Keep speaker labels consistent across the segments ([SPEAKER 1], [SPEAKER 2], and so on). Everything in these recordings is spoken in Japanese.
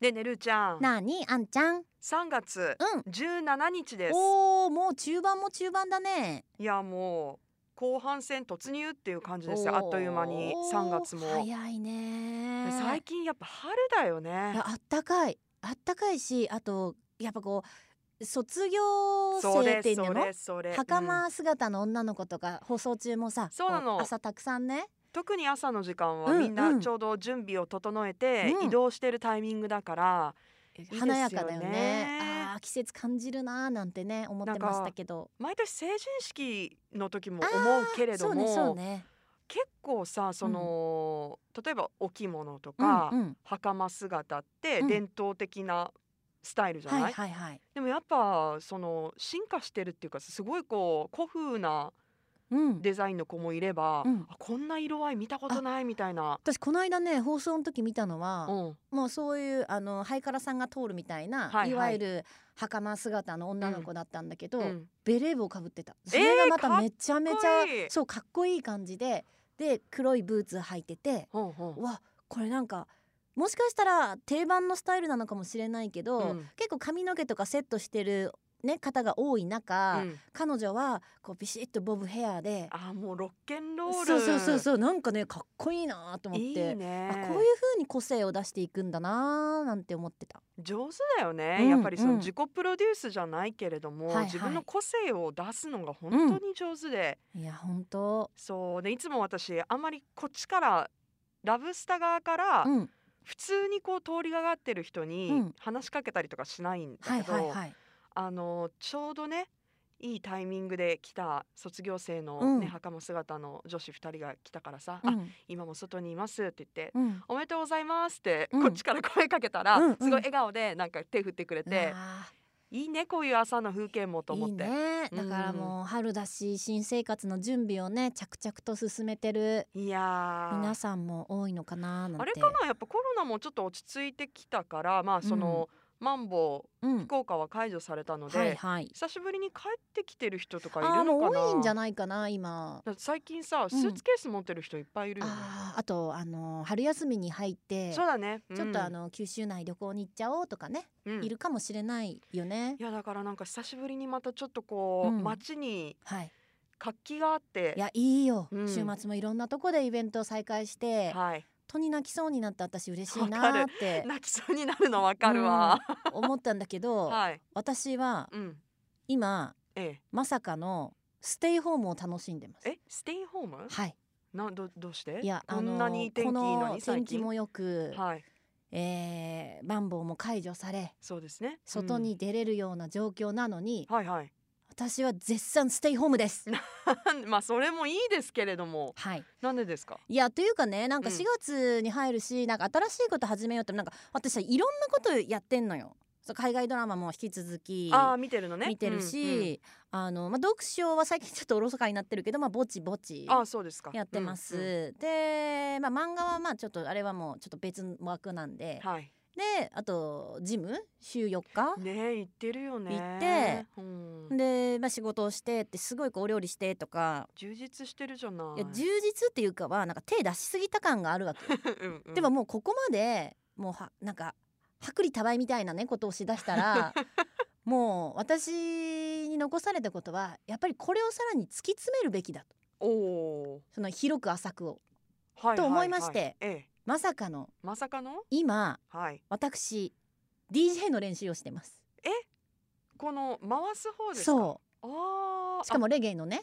[SPEAKER 1] ねえねるーちゃん
[SPEAKER 2] なあにあんちゃんうん
[SPEAKER 1] 3月17日です
[SPEAKER 2] おーもう中盤も中盤だね
[SPEAKER 1] いやもう後半戦突入っていう感じですよあっという間に
[SPEAKER 2] おー
[SPEAKER 1] 3月も
[SPEAKER 2] 早いね
[SPEAKER 1] で最近やっぱ春だよ
[SPEAKER 2] い
[SPEAKER 1] ね
[SPEAKER 2] やあったかいあったかいしあとやっぱこう卒業
[SPEAKER 1] そう
[SPEAKER 2] 生
[SPEAKER 1] で
[SPEAKER 2] っ
[SPEAKER 1] す
[SPEAKER 2] ていう
[SPEAKER 1] そう
[SPEAKER 2] の
[SPEAKER 1] ですそれ、うん
[SPEAKER 2] 袴姿の女の子とか放送中もさ
[SPEAKER 1] そうなの
[SPEAKER 2] こ朝たくさんね
[SPEAKER 1] 特に朝の時間は
[SPEAKER 2] うん
[SPEAKER 1] みんな
[SPEAKER 2] うん
[SPEAKER 1] ちょうど準備を整えて
[SPEAKER 2] うん
[SPEAKER 1] 移動してるタイミングだから、いいですよね
[SPEAKER 2] 華やかだよねあー季節感じるなーなんてね思ってましたけど
[SPEAKER 1] 毎年成人式の時も思うけれど
[SPEAKER 2] そう
[SPEAKER 1] も、
[SPEAKER 2] ねそうね
[SPEAKER 1] 結構さその、例えばお着物と
[SPEAKER 2] う
[SPEAKER 1] か、
[SPEAKER 2] んうん
[SPEAKER 1] 袴姿って
[SPEAKER 2] うん
[SPEAKER 1] 伝統的なスタイルじゃない、
[SPEAKER 2] はいはいはい
[SPEAKER 1] でもやっぱその進化してるっていうかすごいこう古風な
[SPEAKER 2] うん
[SPEAKER 1] デザインの子もいれば、
[SPEAKER 2] うん
[SPEAKER 1] あこんな色合い見たことないみたいな、
[SPEAKER 2] 私この間ね放送の時見たのは
[SPEAKER 1] うん、
[SPEAKER 2] もうそういうあのハイカラさんが通るみたい
[SPEAKER 1] は
[SPEAKER 2] な、
[SPEAKER 1] いはい
[SPEAKER 2] いわゆる袴姿の女の子だったんだけど、
[SPEAKER 1] うん
[SPEAKER 2] ベレー帽かぶってた
[SPEAKER 1] ー
[SPEAKER 2] それがまためちゃめち
[SPEAKER 1] かっ
[SPEAKER 2] ゃ、
[SPEAKER 1] こいい
[SPEAKER 2] そうかっこいい感じでで黒いブーツ履いてて
[SPEAKER 1] うんうん
[SPEAKER 2] うわこれなんかもしかしたら定番のスタイルなのかもしれないけど、
[SPEAKER 1] うん
[SPEAKER 2] 結構髪の毛とかセットしてる、ね、方が多い中、
[SPEAKER 1] うん
[SPEAKER 2] 彼女はこうビシッとボブヘアで
[SPEAKER 1] あもうロッケンロール
[SPEAKER 2] そうそうそうそうなんかねかっこいいなと思って
[SPEAKER 1] いいね
[SPEAKER 2] あこういう風に個性を出していくんだなーなんて思ってた。
[SPEAKER 1] 上手だよね、
[SPEAKER 2] うん
[SPEAKER 1] やっぱりその
[SPEAKER 2] うん
[SPEAKER 1] 自己プロデュースじゃないけれども、
[SPEAKER 2] はいはい
[SPEAKER 1] 自分の個性を出すのが本当に上手で、
[SPEAKER 2] いや本当。
[SPEAKER 1] そうでいつも私あんまりこっちからラブスタ側から
[SPEAKER 2] うん。
[SPEAKER 1] 普通にこう通りがかってる人
[SPEAKER 2] う
[SPEAKER 1] に
[SPEAKER 2] ん
[SPEAKER 1] 話しかけたりとかしないん
[SPEAKER 2] は
[SPEAKER 1] だ
[SPEAKER 2] い
[SPEAKER 1] けど、
[SPEAKER 2] はいはい。
[SPEAKER 1] あのちょうどねいいタイミングで来た卒業生の、ね
[SPEAKER 2] うん
[SPEAKER 1] 袴姿の女子2人が来たからさ「
[SPEAKER 2] う
[SPEAKER 1] あ
[SPEAKER 2] ん
[SPEAKER 1] 今も外にいます」って言って
[SPEAKER 2] うん
[SPEAKER 1] 「おめでとうございます」って
[SPEAKER 2] うん
[SPEAKER 1] こっちから声かけたら、
[SPEAKER 2] うんうん
[SPEAKER 1] すごい笑顔でなんか手振ってくれて。
[SPEAKER 2] うわ
[SPEAKER 1] いいねこういう朝の風景もと
[SPEAKER 2] ーい
[SPEAKER 1] 思っ
[SPEAKER 2] い
[SPEAKER 1] て
[SPEAKER 2] ね
[SPEAKER 1] う
[SPEAKER 2] だ
[SPEAKER 1] ん
[SPEAKER 2] からもう春だし新生活の準備をね着々と進めてる
[SPEAKER 1] いやー
[SPEAKER 2] 皆さんも多いのかななんて
[SPEAKER 1] あれかなやっぱコロナもちょっと落ち着いてきたからまあその、マンボウ
[SPEAKER 2] うん
[SPEAKER 1] 福岡は解除されたので、
[SPEAKER 2] はいはい
[SPEAKER 1] 久しぶりに帰ってきてる人とかい
[SPEAKER 2] あー
[SPEAKER 1] るの
[SPEAKER 2] も
[SPEAKER 1] か
[SPEAKER 2] う
[SPEAKER 1] な
[SPEAKER 2] 多いんじゃないかな今
[SPEAKER 1] だって最近さスーツケース持ってる人いっぱいいるよね、
[SPEAKER 2] あーあとあのー春休みに入って
[SPEAKER 1] そうだね、うん
[SPEAKER 2] ちょっとあ、の九州内旅行に行っちゃおうとかね
[SPEAKER 1] うん
[SPEAKER 2] いるかもしれないよね
[SPEAKER 1] いやだからなんか久しぶりにまたちょっとこう、
[SPEAKER 2] うん
[SPEAKER 1] 街に
[SPEAKER 2] はい
[SPEAKER 1] 活気があって
[SPEAKER 2] いやいいよ
[SPEAKER 1] うん
[SPEAKER 2] 週末もいろんなとこでイベントを再開して
[SPEAKER 1] はい
[SPEAKER 2] 本当に泣きそうになった私嬉しい
[SPEAKER 1] わか
[SPEAKER 2] なー
[SPEAKER 1] る
[SPEAKER 2] って
[SPEAKER 1] 泣きそうになるのわかるわ、
[SPEAKER 2] 思ったんだけ ど、
[SPEAKER 1] はい
[SPEAKER 2] 私は
[SPEAKER 1] うん
[SPEAKER 2] 今
[SPEAKER 1] え
[SPEAKER 2] まさかのステイホームを楽しんでます
[SPEAKER 1] ええステイホーム
[SPEAKER 2] はい
[SPEAKER 1] なんどどうして
[SPEAKER 2] いや
[SPEAKER 1] こんなに天気いい
[SPEAKER 2] こ
[SPEAKER 1] の
[SPEAKER 2] の
[SPEAKER 1] に最
[SPEAKER 2] 天気
[SPEAKER 1] 近
[SPEAKER 2] もよく、
[SPEAKER 1] はい
[SPEAKER 2] えー、マンボウも解除され
[SPEAKER 1] そうですね
[SPEAKER 2] 外、に出れるような状況なのに、
[SPEAKER 1] うんはいはい
[SPEAKER 2] 私は絶賛ステイホームです
[SPEAKER 1] まあそれもいいですけれども
[SPEAKER 2] はい
[SPEAKER 1] なんでですか
[SPEAKER 2] いやというかねなんか
[SPEAKER 1] うん
[SPEAKER 2] 4月に入るし、なんか新しいこと始めようってなんか私はいろんなことやってんのよそう海外ドラマも引き続き
[SPEAKER 1] ああ見てるのね
[SPEAKER 2] 見てるし、
[SPEAKER 1] うんうん
[SPEAKER 2] あのまあ、読書は最近ちょっとおろそかになってるけど、まあ、ぼちぼち
[SPEAKER 1] ああそうですか
[SPEAKER 2] やってます。
[SPEAKER 1] うんうん
[SPEAKER 2] で、まあ、漫画はまあちょっとあれはもうちょっと別の枠なんで、
[SPEAKER 1] はい
[SPEAKER 2] であとジム週4日、
[SPEAKER 1] ねえ行ってるよね
[SPEAKER 2] 行って
[SPEAKER 1] うん、
[SPEAKER 2] で、まあ、仕事をしてってすごいこうお料理してとか。
[SPEAKER 1] 充実してるじゃない
[SPEAKER 2] いや充実っていうかはなんか手出しすぎた感があるわけ、
[SPEAKER 1] うんうん
[SPEAKER 2] でももうここまでもうはなんか薄利多売みたいなねことをしだした らもう私に残されたことはやっぱりこれをさらに突き詰めるべきだと
[SPEAKER 1] おお
[SPEAKER 2] その広く浅くを
[SPEAKER 1] ー、ははは
[SPEAKER 2] と思いまして
[SPEAKER 1] ええ
[SPEAKER 2] まさかの
[SPEAKER 1] まさかの
[SPEAKER 2] 今
[SPEAKER 1] はい
[SPEAKER 2] 私 DJ の練習をしてます。
[SPEAKER 1] この回す方ですか
[SPEAKER 2] そう
[SPEAKER 1] ああ
[SPEAKER 2] うしかもレゲエのね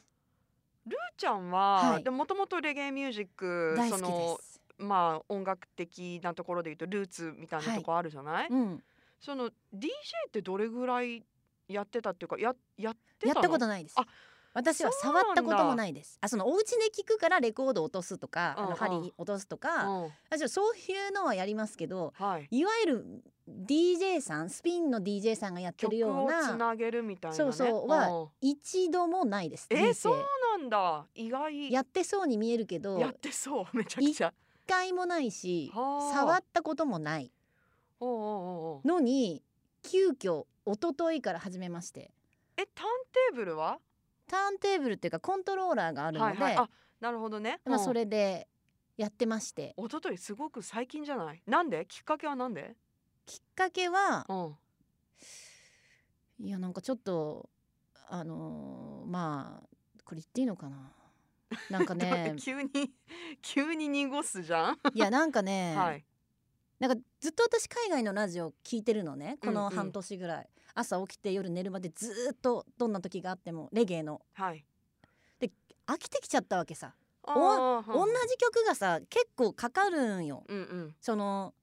[SPEAKER 1] ルーちゃんは、
[SPEAKER 2] はい
[SPEAKER 1] でもともとレゲエミュージック
[SPEAKER 2] 大好
[SPEAKER 1] そ
[SPEAKER 2] き
[SPEAKER 1] の
[SPEAKER 2] です。
[SPEAKER 1] まあ音楽的なところで言うとルーツみたいなとこあるじゃない、
[SPEAKER 2] うん、
[SPEAKER 1] その DJ ってどれぐらいやってたっていうかややってたの
[SPEAKER 2] やったことないです
[SPEAKER 1] あ。
[SPEAKER 2] 私は
[SPEAKER 1] そうなん
[SPEAKER 2] 触っ
[SPEAKER 1] だ
[SPEAKER 2] たこともないです。あ、そのお家で聞くからレコード落とすとか、あ
[SPEAKER 1] うんう
[SPEAKER 2] の
[SPEAKER 1] ん
[SPEAKER 2] 針落とすとか、
[SPEAKER 1] うん
[SPEAKER 2] あ、じゃそういうのはやりますけど、
[SPEAKER 1] はい
[SPEAKER 2] いわゆる DJ さん、スピンの DJ さんがやって
[SPEAKER 1] 曲
[SPEAKER 2] るよう
[SPEAKER 1] をつ
[SPEAKER 2] な
[SPEAKER 1] なげるみたいなね
[SPEAKER 2] そうそうは一度もないです。
[SPEAKER 1] うんえ
[SPEAKER 2] 人生
[SPEAKER 1] そうなんだ意外
[SPEAKER 2] やってそうに見えるけど、
[SPEAKER 1] やってそうめちゃくちゃ
[SPEAKER 2] 一回もないし、
[SPEAKER 1] はあ
[SPEAKER 2] 触ったこともない
[SPEAKER 1] おうおうおうおう
[SPEAKER 2] のに急遽一昨日から始めまして。
[SPEAKER 1] えターンテーブルは
[SPEAKER 2] ターンテーブルっていうかコントローラーがあるの
[SPEAKER 1] は
[SPEAKER 2] で、
[SPEAKER 1] いはいあなるほどね、
[SPEAKER 2] まあ、
[SPEAKER 1] うん
[SPEAKER 2] それでやってまして
[SPEAKER 1] 一昨日すごく最近じゃないなんできっかけはなんで
[SPEAKER 2] きっかけは
[SPEAKER 1] うん
[SPEAKER 2] いやなんかちょっとあのーまあこれ言っていいのかななん か
[SPEAKER 1] だって
[SPEAKER 2] ね
[SPEAKER 1] 急に急に濁すじゃん。
[SPEAKER 2] いやなんかね、
[SPEAKER 1] はい。
[SPEAKER 2] なんかずっと私海外のラジオ聞いてるのねこ
[SPEAKER 1] うんう
[SPEAKER 2] の
[SPEAKER 1] ん
[SPEAKER 2] 半年ぐらい、朝起きて夜寝るまでずーっとどんな時があってもレゲエの
[SPEAKER 1] はい。
[SPEAKER 2] 飽きてきちゃったわけさ、
[SPEAKER 1] あー
[SPEAKER 2] 同
[SPEAKER 1] はん
[SPEAKER 2] じ曲がさ結構かかるんよ
[SPEAKER 1] うんうん。
[SPEAKER 2] その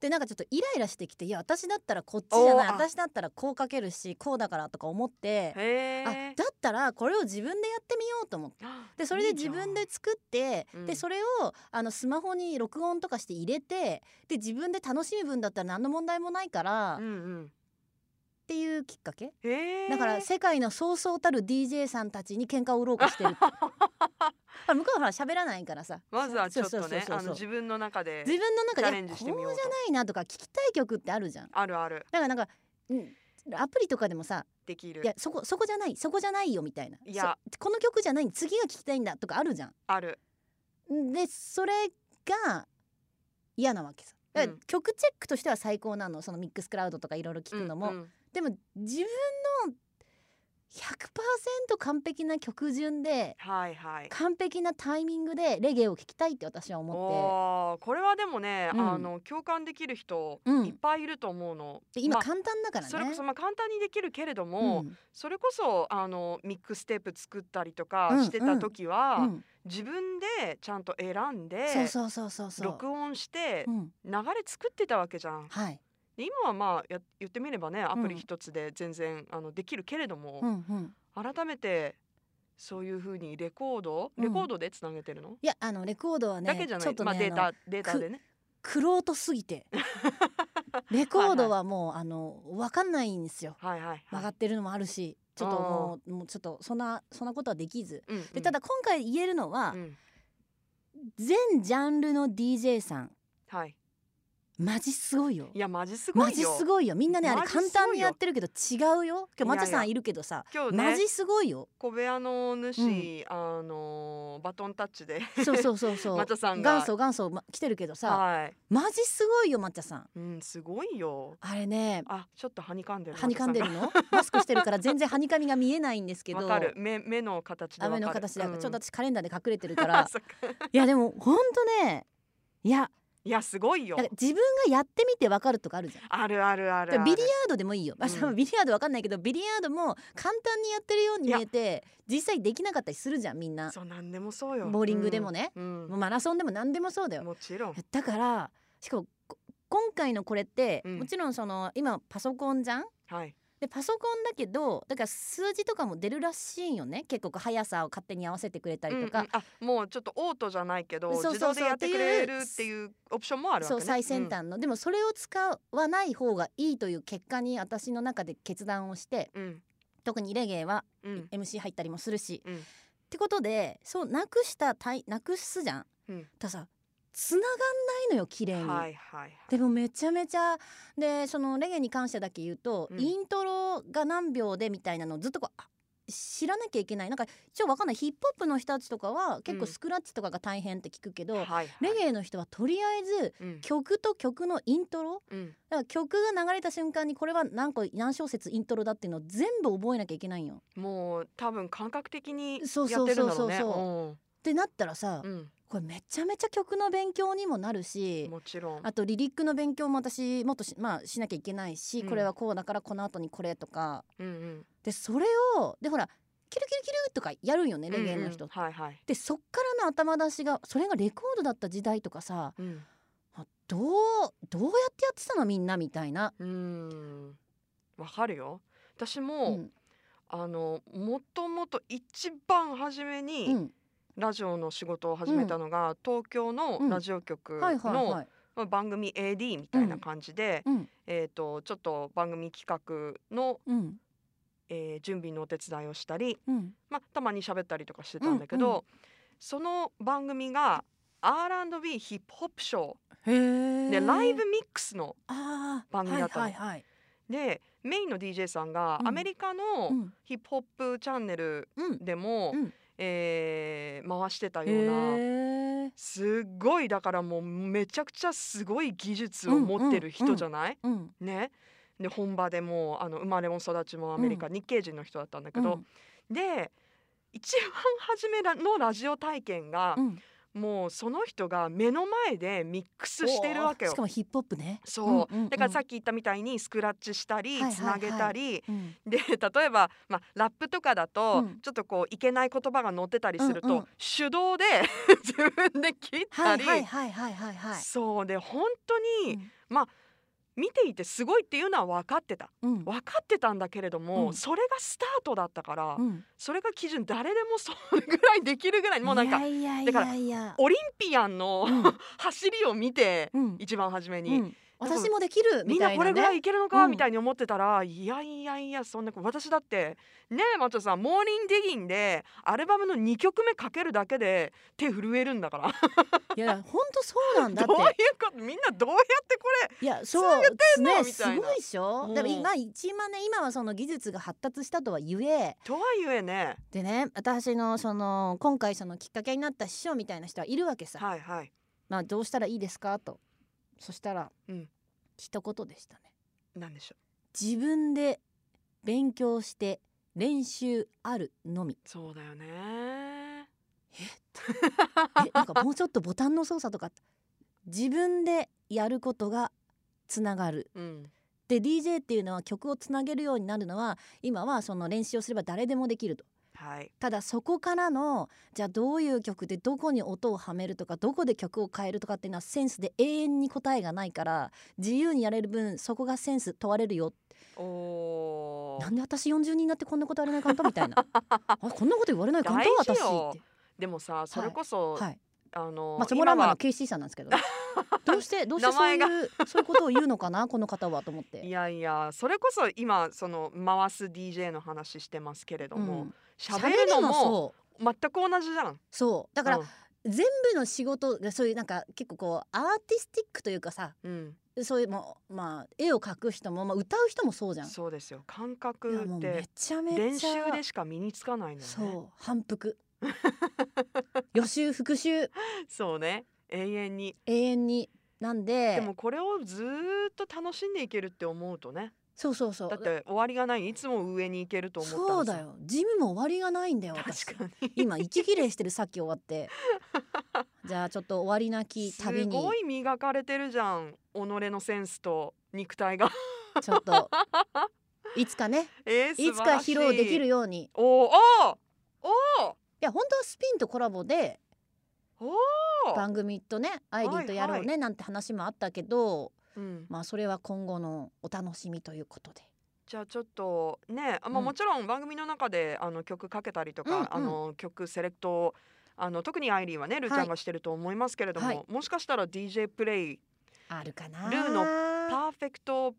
[SPEAKER 2] でなんかちょっとイライラしてきていや私だったらこっちじゃない
[SPEAKER 1] おーあ
[SPEAKER 2] 私だったらこうかけるしこうだからとか思って
[SPEAKER 1] へ
[SPEAKER 2] あ
[SPEAKER 1] え。
[SPEAKER 2] だったらこれを自分でやってみようと思って。でそれで自分で
[SPEAKER 1] いいじ
[SPEAKER 2] 作って
[SPEAKER 1] うん
[SPEAKER 2] でそれをあのスマホに録音とかして入れてで自分で楽しむ分だったら何の問題もないから
[SPEAKER 1] ゃん
[SPEAKER 2] っ
[SPEAKER 1] うんうん。
[SPEAKER 2] ていうきっかけ
[SPEAKER 1] へえ。
[SPEAKER 2] だから世界のそうそうたる DJ さんたちに喧嘩を売ろうとし てるってあ向こうはほら喋らないからさ
[SPEAKER 1] まずはちょっ
[SPEAKER 2] そう
[SPEAKER 1] と
[SPEAKER 2] そう
[SPEAKER 1] ね、
[SPEAKER 2] そう
[SPEAKER 1] あ
[SPEAKER 2] そ
[SPEAKER 1] の
[SPEAKER 2] う
[SPEAKER 1] 自分の中で
[SPEAKER 2] 自分の
[SPEAKER 1] チャ
[SPEAKER 2] 中で
[SPEAKER 1] レ
[SPEAKER 2] い
[SPEAKER 1] ン
[SPEAKER 2] や
[SPEAKER 1] ジし
[SPEAKER 2] こ
[SPEAKER 1] て
[SPEAKER 2] うじゃ
[SPEAKER 1] みようと
[SPEAKER 2] ないなとか聞きたい曲ってあるじゃんだか
[SPEAKER 1] あるある
[SPEAKER 2] らなんか、うん、アプリとかでもさ
[SPEAKER 1] できる
[SPEAKER 2] いやそこそこじゃないそこじゃないよみたいない
[SPEAKER 1] や
[SPEAKER 2] そこの曲じゃない次が聞きたいんだとかあるじゃん
[SPEAKER 1] ある。
[SPEAKER 2] でそれが嫌なわけさだから
[SPEAKER 1] うん
[SPEAKER 2] 曲チェックとしては最高なのそのミックスクラウドとかいろいろ聞くのも、
[SPEAKER 1] うんうん
[SPEAKER 2] でも自分の100%完璧な曲順で
[SPEAKER 1] はいはい。
[SPEAKER 2] 完璧なタイミングでレゲエを聴きたいって私は思っ
[SPEAKER 1] おーこれはでもね、
[SPEAKER 2] うん
[SPEAKER 1] あの共感できる人
[SPEAKER 2] うん
[SPEAKER 1] いっぱいいると思うの。
[SPEAKER 2] てで今
[SPEAKER 1] まあ
[SPEAKER 2] 簡単だからね、
[SPEAKER 1] それこそまあ簡単にできるけれど
[SPEAKER 2] う
[SPEAKER 1] も、
[SPEAKER 2] ん
[SPEAKER 1] それこそあのミックステープ作ったりとか
[SPEAKER 2] うん
[SPEAKER 1] してた時は、
[SPEAKER 2] うん
[SPEAKER 1] 自分でちゃんと選んで
[SPEAKER 2] そうそうそうそうそう
[SPEAKER 1] 録音して
[SPEAKER 2] うん
[SPEAKER 1] 流れ作ってたわけじゃん。
[SPEAKER 2] はい、
[SPEAKER 1] で今はまあや言ってみればねアプ
[SPEAKER 2] う
[SPEAKER 1] リ
[SPEAKER 2] ん
[SPEAKER 1] 一つで全然、あのできるけれど
[SPEAKER 2] う
[SPEAKER 1] も、
[SPEAKER 2] んうん、
[SPEAKER 1] 改めてそういうふうにレコード
[SPEAKER 2] うん
[SPEAKER 1] レコードでつなげてるの、
[SPEAKER 2] いやあのレコードはね
[SPEAKER 1] だけじゃない、
[SPEAKER 2] ちょっとね、
[SPEAKER 1] まあ、デー
[SPEAKER 2] あの
[SPEAKER 1] タデータでね。
[SPEAKER 2] くろうとすぎ てレコードはもうあの分かんないんですよ
[SPEAKER 1] はいはい、はい、
[SPEAKER 2] 曲がってるのもあるしちょっともうもうちょっとそんなそんなことはできず
[SPEAKER 1] うんうん
[SPEAKER 2] でただ今回言えるのは、
[SPEAKER 1] うん
[SPEAKER 2] 全ジャンルの DJ さん
[SPEAKER 1] はい、
[SPEAKER 2] マジすごいよ
[SPEAKER 1] いやマジすご
[SPEAKER 2] マ
[SPEAKER 1] い
[SPEAKER 2] ジ
[SPEAKER 1] よ
[SPEAKER 2] すごいよみんなねあれ
[SPEAKER 1] マジすごい
[SPEAKER 2] 簡
[SPEAKER 1] よ
[SPEAKER 2] 単にやってるけど違うよ今日マチャ
[SPEAKER 1] いや
[SPEAKER 2] さ
[SPEAKER 1] いや
[SPEAKER 2] んいるけどさ
[SPEAKER 1] 今日ね
[SPEAKER 2] マジすご いよ
[SPEAKER 1] 小部屋の主、あのーバトンタッチで
[SPEAKER 2] そうそうそう そう
[SPEAKER 1] マチャさんが
[SPEAKER 2] 元祖元祖、ま、来てるけどさ
[SPEAKER 1] は
[SPEAKER 2] マジすごいよマチャさん
[SPEAKER 1] い、うん、すごいよ
[SPEAKER 2] あれね
[SPEAKER 1] あちょっとはにかんでる
[SPEAKER 2] はにかんで
[SPEAKER 1] マ
[SPEAKER 2] るのマスクしてるから全然はにかみが見えないんです
[SPEAKER 1] チ
[SPEAKER 2] け
[SPEAKER 1] ャさん
[SPEAKER 2] ど
[SPEAKER 1] わかる目目の形でわか
[SPEAKER 2] 雨
[SPEAKER 1] る
[SPEAKER 2] の形だから、ちょっと
[SPEAKER 1] と
[SPEAKER 2] 私カレンダーで隠れてるか ら
[SPEAKER 1] そっか
[SPEAKER 2] いやでもほんとねいや
[SPEAKER 1] いやすごいよ
[SPEAKER 2] なんか自分がやってみてわかるとかあるじゃん。
[SPEAKER 1] あるあるある
[SPEAKER 2] だ
[SPEAKER 1] ある
[SPEAKER 2] からビリヤードでもいいよ、まあ
[SPEAKER 1] うん
[SPEAKER 2] 多分ビリヤードわかんないけどビリヤードも簡単にやってるように見えて実際できなかったりするじゃんみんな
[SPEAKER 1] そうなんでもそうよ
[SPEAKER 2] ボーリングでも
[SPEAKER 1] ね、
[SPEAKER 2] ね、
[SPEAKER 1] うん
[SPEAKER 2] もうマラソンでも何でもそうだよ
[SPEAKER 1] もちろん
[SPEAKER 2] だからしかもこ今回のこれって、
[SPEAKER 1] うん
[SPEAKER 2] もちろんその今パソコンじゃん
[SPEAKER 1] はい
[SPEAKER 2] でパソコンだけどだから数字とかも出るらしいんよね結構こう速さを勝手に合わせてくれたりとか
[SPEAKER 1] うんうん、あもうちょっとオートじゃないけど
[SPEAKER 2] そうそうそう
[SPEAKER 1] 自動でやってくれるっていうオプションもあるわけ
[SPEAKER 2] そ
[SPEAKER 1] ね
[SPEAKER 2] う最先端の、でもそれを使わない方がいいという結果に私の中で決断をして
[SPEAKER 1] うん
[SPEAKER 2] 特にレゲエは
[SPEAKER 1] うん
[SPEAKER 2] MC 入ったりもするし、
[SPEAKER 1] うん
[SPEAKER 2] ってことでそうなくしたたいなくすじゃん、
[SPEAKER 1] うん
[SPEAKER 2] たださつながんないのよ綺麗
[SPEAKER 1] う
[SPEAKER 2] に、
[SPEAKER 1] んはいはいはい
[SPEAKER 2] でもめちゃめちゃでそのレゲエに関してだけ言うと、
[SPEAKER 1] うん
[SPEAKER 2] イントロが何秒でみたいなのをずっとこうあ知らなきゃいけないなんか一応わかんないヒップホップの人たちとかは結構
[SPEAKER 1] うん
[SPEAKER 2] スクラッチとかが大変って聞くけど、
[SPEAKER 1] はいはい
[SPEAKER 2] レゲエの人はとりあえず
[SPEAKER 1] うん
[SPEAKER 2] 曲と曲のイントロ
[SPEAKER 1] うん
[SPEAKER 2] だから曲が流れた瞬間にこれは何個何小節イントロだっていうのを全部覚えなきゃいけないんよ。
[SPEAKER 1] もう多分感覚的に
[SPEAKER 2] そう
[SPEAKER 1] や
[SPEAKER 2] そ
[SPEAKER 1] っ
[SPEAKER 2] う
[SPEAKER 1] てるんだ
[SPEAKER 2] そ
[SPEAKER 1] ろう
[SPEAKER 2] う
[SPEAKER 1] ね
[SPEAKER 2] そう
[SPEAKER 1] う
[SPEAKER 2] ってなったらさ、
[SPEAKER 1] ん
[SPEAKER 2] これめちゃめちゃ曲の勉強にもなる
[SPEAKER 1] う
[SPEAKER 2] し
[SPEAKER 1] んもちろん
[SPEAKER 2] あとリリックの勉強も私もっとし,、まあ、しなきゃいけないし、
[SPEAKER 1] うん
[SPEAKER 2] これはこうだからこの後にこれとか
[SPEAKER 1] うんうん
[SPEAKER 2] でそれをでほらキルキルキルとかやるんよねレゲエの人。
[SPEAKER 1] うんうんはいはい
[SPEAKER 2] でそっからの頭出しがそれがレコードだった時代とかさ
[SPEAKER 1] うん
[SPEAKER 2] あどうどうやってやってたのみんなみたいな。
[SPEAKER 1] うんわかるよ私
[SPEAKER 2] う
[SPEAKER 1] も、
[SPEAKER 2] ん
[SPEAKER 1] あのもともと一番初め
[SPEAKER 2] う
[SPEAKER 1] に
[SPEAKER 2] ん
[SPEAKER 1] ラジオの仕事を始めたのが、東京のラジオ局の、
[SPEAKER 2] はいはいはい。
[SPEAKER 1] まあ、番組 AD みたいな感じで、
[SPEAKER 2] うん
[SPEAKER 1] えー、とちょっと番組企画の、
[SPEAKER 2] うん
[SPEAKER 1] えー準備のお手伝いをしたり、
[SPEAKER 2] うん
[SPEAKER 1] まあ、たまに喋ったりとかしてたんだけ
[SPEAKER 2] うんう
[SPEAKER 1] ど、その番組が R&B ヒップホップショ
[SPEAKER 2] へ
[SPEAKER 1] ー
[SPEAKER 2] え
[SPEAKER 1] でライブミックスの
[SPEAKER 2] あー
[SPEAKER 1] 番組だったの
[SPEAKER 2] はいはいはい
[SPEAKER 1] でメインの DJ さんが
[SPEAKER 2] うん
[SPEAKER 1] アメリカの
[SPEAKER 2] うん
[SPEAKER 1] ヒップホップチャンネル
[SPEAKER 2] うん
[SPEAKER 1] でも、
[SPEAKER 2] うん
[SPEAKER 1] えー回してた
[SPEAKER 2] へ
[SPEAKER 1] ような、
[SPEAKER 2] え
[SPEAKER 1] すっごいだからもうめちゃくちゃすごい技術を持ってる人じゃない、
[SPEAKER 2] うん
[SPEAKER 1] ねで本場でもうあの生まれも育ちもアメリカ、
[SPEAKER 2] う
[SPEAKER 1] 日系人の人だったんだけど、で一番初めらのラジオ体験が
[SPEAKER 2] う、んうん
[SPEAKER 1] もうその人が目の前でミックスしてるわけ
[SPEAKER 2] お
[SPEAKER 1] よ
[SPEAKER 2] ーしか。もヒップホップね
[SPEAKER 1] そう、
[SPEAKER 2] んんん
[SPEAKER 1] だからさっき言ったみたいにスクラッチしたり
[SPEAKER 2] はいはい
[SPEAKER 1] つなげたり、
[SPEAKER 2] うん
[SPEAKER 1] で例えば、まあ、ラップとかだと、
[SPEAKER 2] うん
[SPEAKER 1] ちょっとこういけない言葉が載ってたりすると、
[SPEAKER 2] うんうん
[SPEAKER 1] 手動で 自分で切った
[SPEAKER 2] はい
[SPEAKER 1] り、
[SPEAKER 2] はいはいはいはいはい
[SPEAKER 1] そうで本当に、
[SPEAKER 2] うん
[SPEAKER 1] 見ていてすごいっていうのは分かってた
[SPEAKER 2] うん
[SPEAKER 1] 分かってたんだけれども、
[SPEAKER 2] うん
[SPEAKER 1] それがスタートだったから、
[SPEAKER 2] うん
[SPEAKER 1] それが基準誰でもそれぐらいできるぐらいもうなんか
[SPEAKER 2] いやいやい
[SPEAKER 1] だから
[SPEAKER 2] やいや
[SPEAKER 1] オリンピアンの、
[SPEAKER 2] うん
[SPEAKER 1] 走りを見て、
[SPEAKER 2] うん
[SPEAKER 1] 一番初めに、
[SPEAKER 2] うん私もできる
[SPEAKER 1] み
[SPEAKER 2] み
[SPEAKER 1] ん
[SPEAKER 2] た
[SPEAKER 1] ないこ
[SPEAKER 2] な
[SPEAKER 1] れぐらい
[SPEAKER 2] ね
[SPEAKER 1] いけるのか、
[SPEAKER 2] うん
[SPEAKER 1] みたいに思ってたらいやいやいやそんな私だってねえマチョさん「モーニングディギン」でアルバムの2曲目かけるだけで手震えるんだから
[SPEAKER 2] いや本当そうなんだっ
[SPEAKER 1] どういう
[SPEAKER 2] て
[SPEAKER 1] ことみんなどうやってこれ
[SPEAKER 2] いやそう
[SPEAKER 1] の
[SPEAKER 2] ね
[SPEAKER 1] み
[SPEAKER 2] す
[SPEAKER 1] たいな
[SPEAKER 2] ごいでしょ
[SPEAKER 1] うん
[SPEAKER 2] でも今一番ね今はその技術が発達したとはいえ
[SPEAKER 1] とはいえね
[SPEAKER 2] でね私のその今回そのきっかけになった師匠みたいな人はいるわけさ
[SPEAKER 1] はいはい
[SPEAKER 2] まあどうしたらいいですかとそしたら
[SPEAKER 1] うん
[SPEAKER 2] 一言でしたね
[SPEAKER 1] なんでしょ
[SPEAKER 2] 自分で勉強して練習あるのみ
[SPEAKER 1] うそうだよね
[SPEAKER 2] えなんかもうちょっとボタンの操作とか自分でやることがつながる
[SPEAKER 1] うん
[SPEAKER 2] で DJ っていうのは曲をつなげるようになるのは今はその練習をすれば誰でもできると
[SPEAKER 1] はい
[SPEAKER 2] ただそこからのじゃあどういう曲でどこに音をはめるとかどこで曲を変えるとかっていうのはセンスで永遠に答えがないから自由にやれる分そこがセンス問われるよ
[SPEAKER 1] おー
[SPEAKER 2] なんで私40人になってこんなこと言われないかんとみたいな あこんなこと言われないかんと
[SPEAKER 1] 大
[SPEAKER 2] 私
[SPEAKER 1] 事よ
[SPEAKER 2] って
[SPEAKER 1] でもさそれこそ、
[SPEAKER 2] はい
[SPEAKER 1] あの、
[SPEAKER 2] まあ、チョモ
[SPEAKER 1] 今
[SPEAKER 2] ランマの
[SPEAKER 1] は
[SPEAKER 2] KC さんなんですけどど うしてどうして
[SPEAKER 1] 名
[SPEAKER 2] そう
[SPEAKER 1] 前が
[SPEAKER 2] いうそういうことを言うのかなこの方はと思っ
[SPEAKER 1] い
[SPEAKER 2] て。
[SPEAKER 1] やいやそれこそ今その回す DJ の話してますけれど
[SPEAKER 2] う
[SPEAKER 1] も、
[SPEAKER 2] ん
[SPEAKER 1] 喋るのも
[SPEAKER 2] そう
[SPEAKER 1] 全く同じじゃん。
[SPEAKER 2] そうだから
[SPEAKER 1] うん
[SPEAKER 2] 全部の仕事でそういうなんか結構こうアーティスティックというかさ
[SPEAKER 1] うん、
[SPEAKER 2] そういうもうまあ絵を描く人も、まあ、歌う人もそうじゃん。
[SPEAKER 1] そうですよ感
[SPEAKER 2] いや
[SPEAKER 1] 覚
[SPEAKER 2] も
[SPEAKER 1] っ
[SPEAKER 2] うめ
[SPEAKER 1] て
[SPEAKER 2] ちゃめちゃ
[SPEAKER 1] 練習でしか身につかないのよね そう
[SPEAKER 2] そう反復予習復習
[SPEAKER 1] ね永遠に
[SPEAKER 2] 永遠になんで
[SPEAKER 1] でもこれをずーっと楽しんでいけるって思うとね
[SPEAKER 2] そうそうそう
[SPEAKER 1] だって終わりがないいつも上に行けると思ったらさ
[SPEAKER 2] そうだよジムも終わりがないんだよ私
[SPEAKER 1] 確かに
[SPEAKER 2] 今息切れしてるさっき終わって じゃあちょっと終わりなき旅
[SPEAKER 1] す
[SPEAKER 2] に
[SPEAKER 1] ごい磨かれてるじゃん己のセンスと肉体が
[SPEAKER 2] ちょっといつかね
[SPEAKER 1] えー、素
[SPEAKER 2] いつ
[SPEAKER 1] 晴
[SPEAKER 2] から
[SPEAKER 1] しい
[SPEAKER 2] 披露できるようにい
[SPEAKER 1] おーおー
[SPEAKER 2] や本当はスピンとコラボで
[SPEAKER 1] おーおー、
[SPEAKER 2] 番組とねアイリーンとやろう
[SPEAKER 1] は
[SPEAKER 2] ねなんて話もあったけど
[SPEAKER 1] うん、
[SPEAKER 2] まあそれは今後のお楽しみということで
[SPEAKER 1] じゃあちょっとねあ、まあ、
[SPEAKER 2] うん
[SPEAKER 1] もちろん番組の中であの曲かけたりとか、
[SPEAKER 2] うんうん
[SPEAKER 1] あの曲セレクトをあの特にアイリーンはねルーちゃんがしてると思いますけれども、
[SPEAKER 2] はい
[SPEAKER 1] もしかしたら DJ プレイ
[SPEAKER 2] あるかな
[SPEAKER 1] ルーのパーフェクト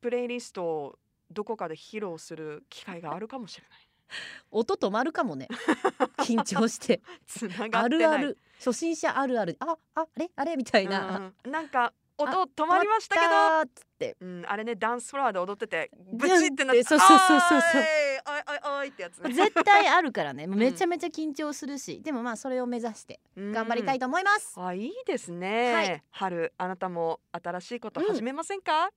[SPEAKER 1] プレイリストをどこかで披露する機会があるかもしれ
[SPEAKER 2] 音止まるか もね緊張して
[SPEAKER 1] ない。つながっ
[SPEAKER 2] あ
[SPEAKER 1] て
[SPEAKER 2] る
[SPEAKER 1] ない。
[SPEAKER 2] ある初心者あるあるあああれあれみたいな、あ
[SPEAKER 1] うんなんか音止まりましたけど。
[SPEAKER 2] あーっつって
[SPEAKER 1] うん、あれねダンスフロアで踊っててブ
[SPEAKER 2] ブ
[SPEAKER 1] チ
[SPEAKER 2] チ
[SPEAKER 1] っ
[SPEAKER 2] ってて
[SPEAKER 1] な
[SPEAKER 2] な
[SPEAKER 1] っ
[SPEAKER 2] っててそうそうそうそうそう
[SPEAKER 1] おいおいおいってやつね
[SPEAKER 2] 絶対あるからねもううんめちゃめちゃ緊張するし、でもまあそれを目指して頑張りたいと思います、
[SPEAKER 1] あいいですね、
[SPEAKER 2] はい
[SPEAKER 1] 春あなたも新しいこと
[SPEAKER 2] うん
[SPEAKER 1] 始めませんか、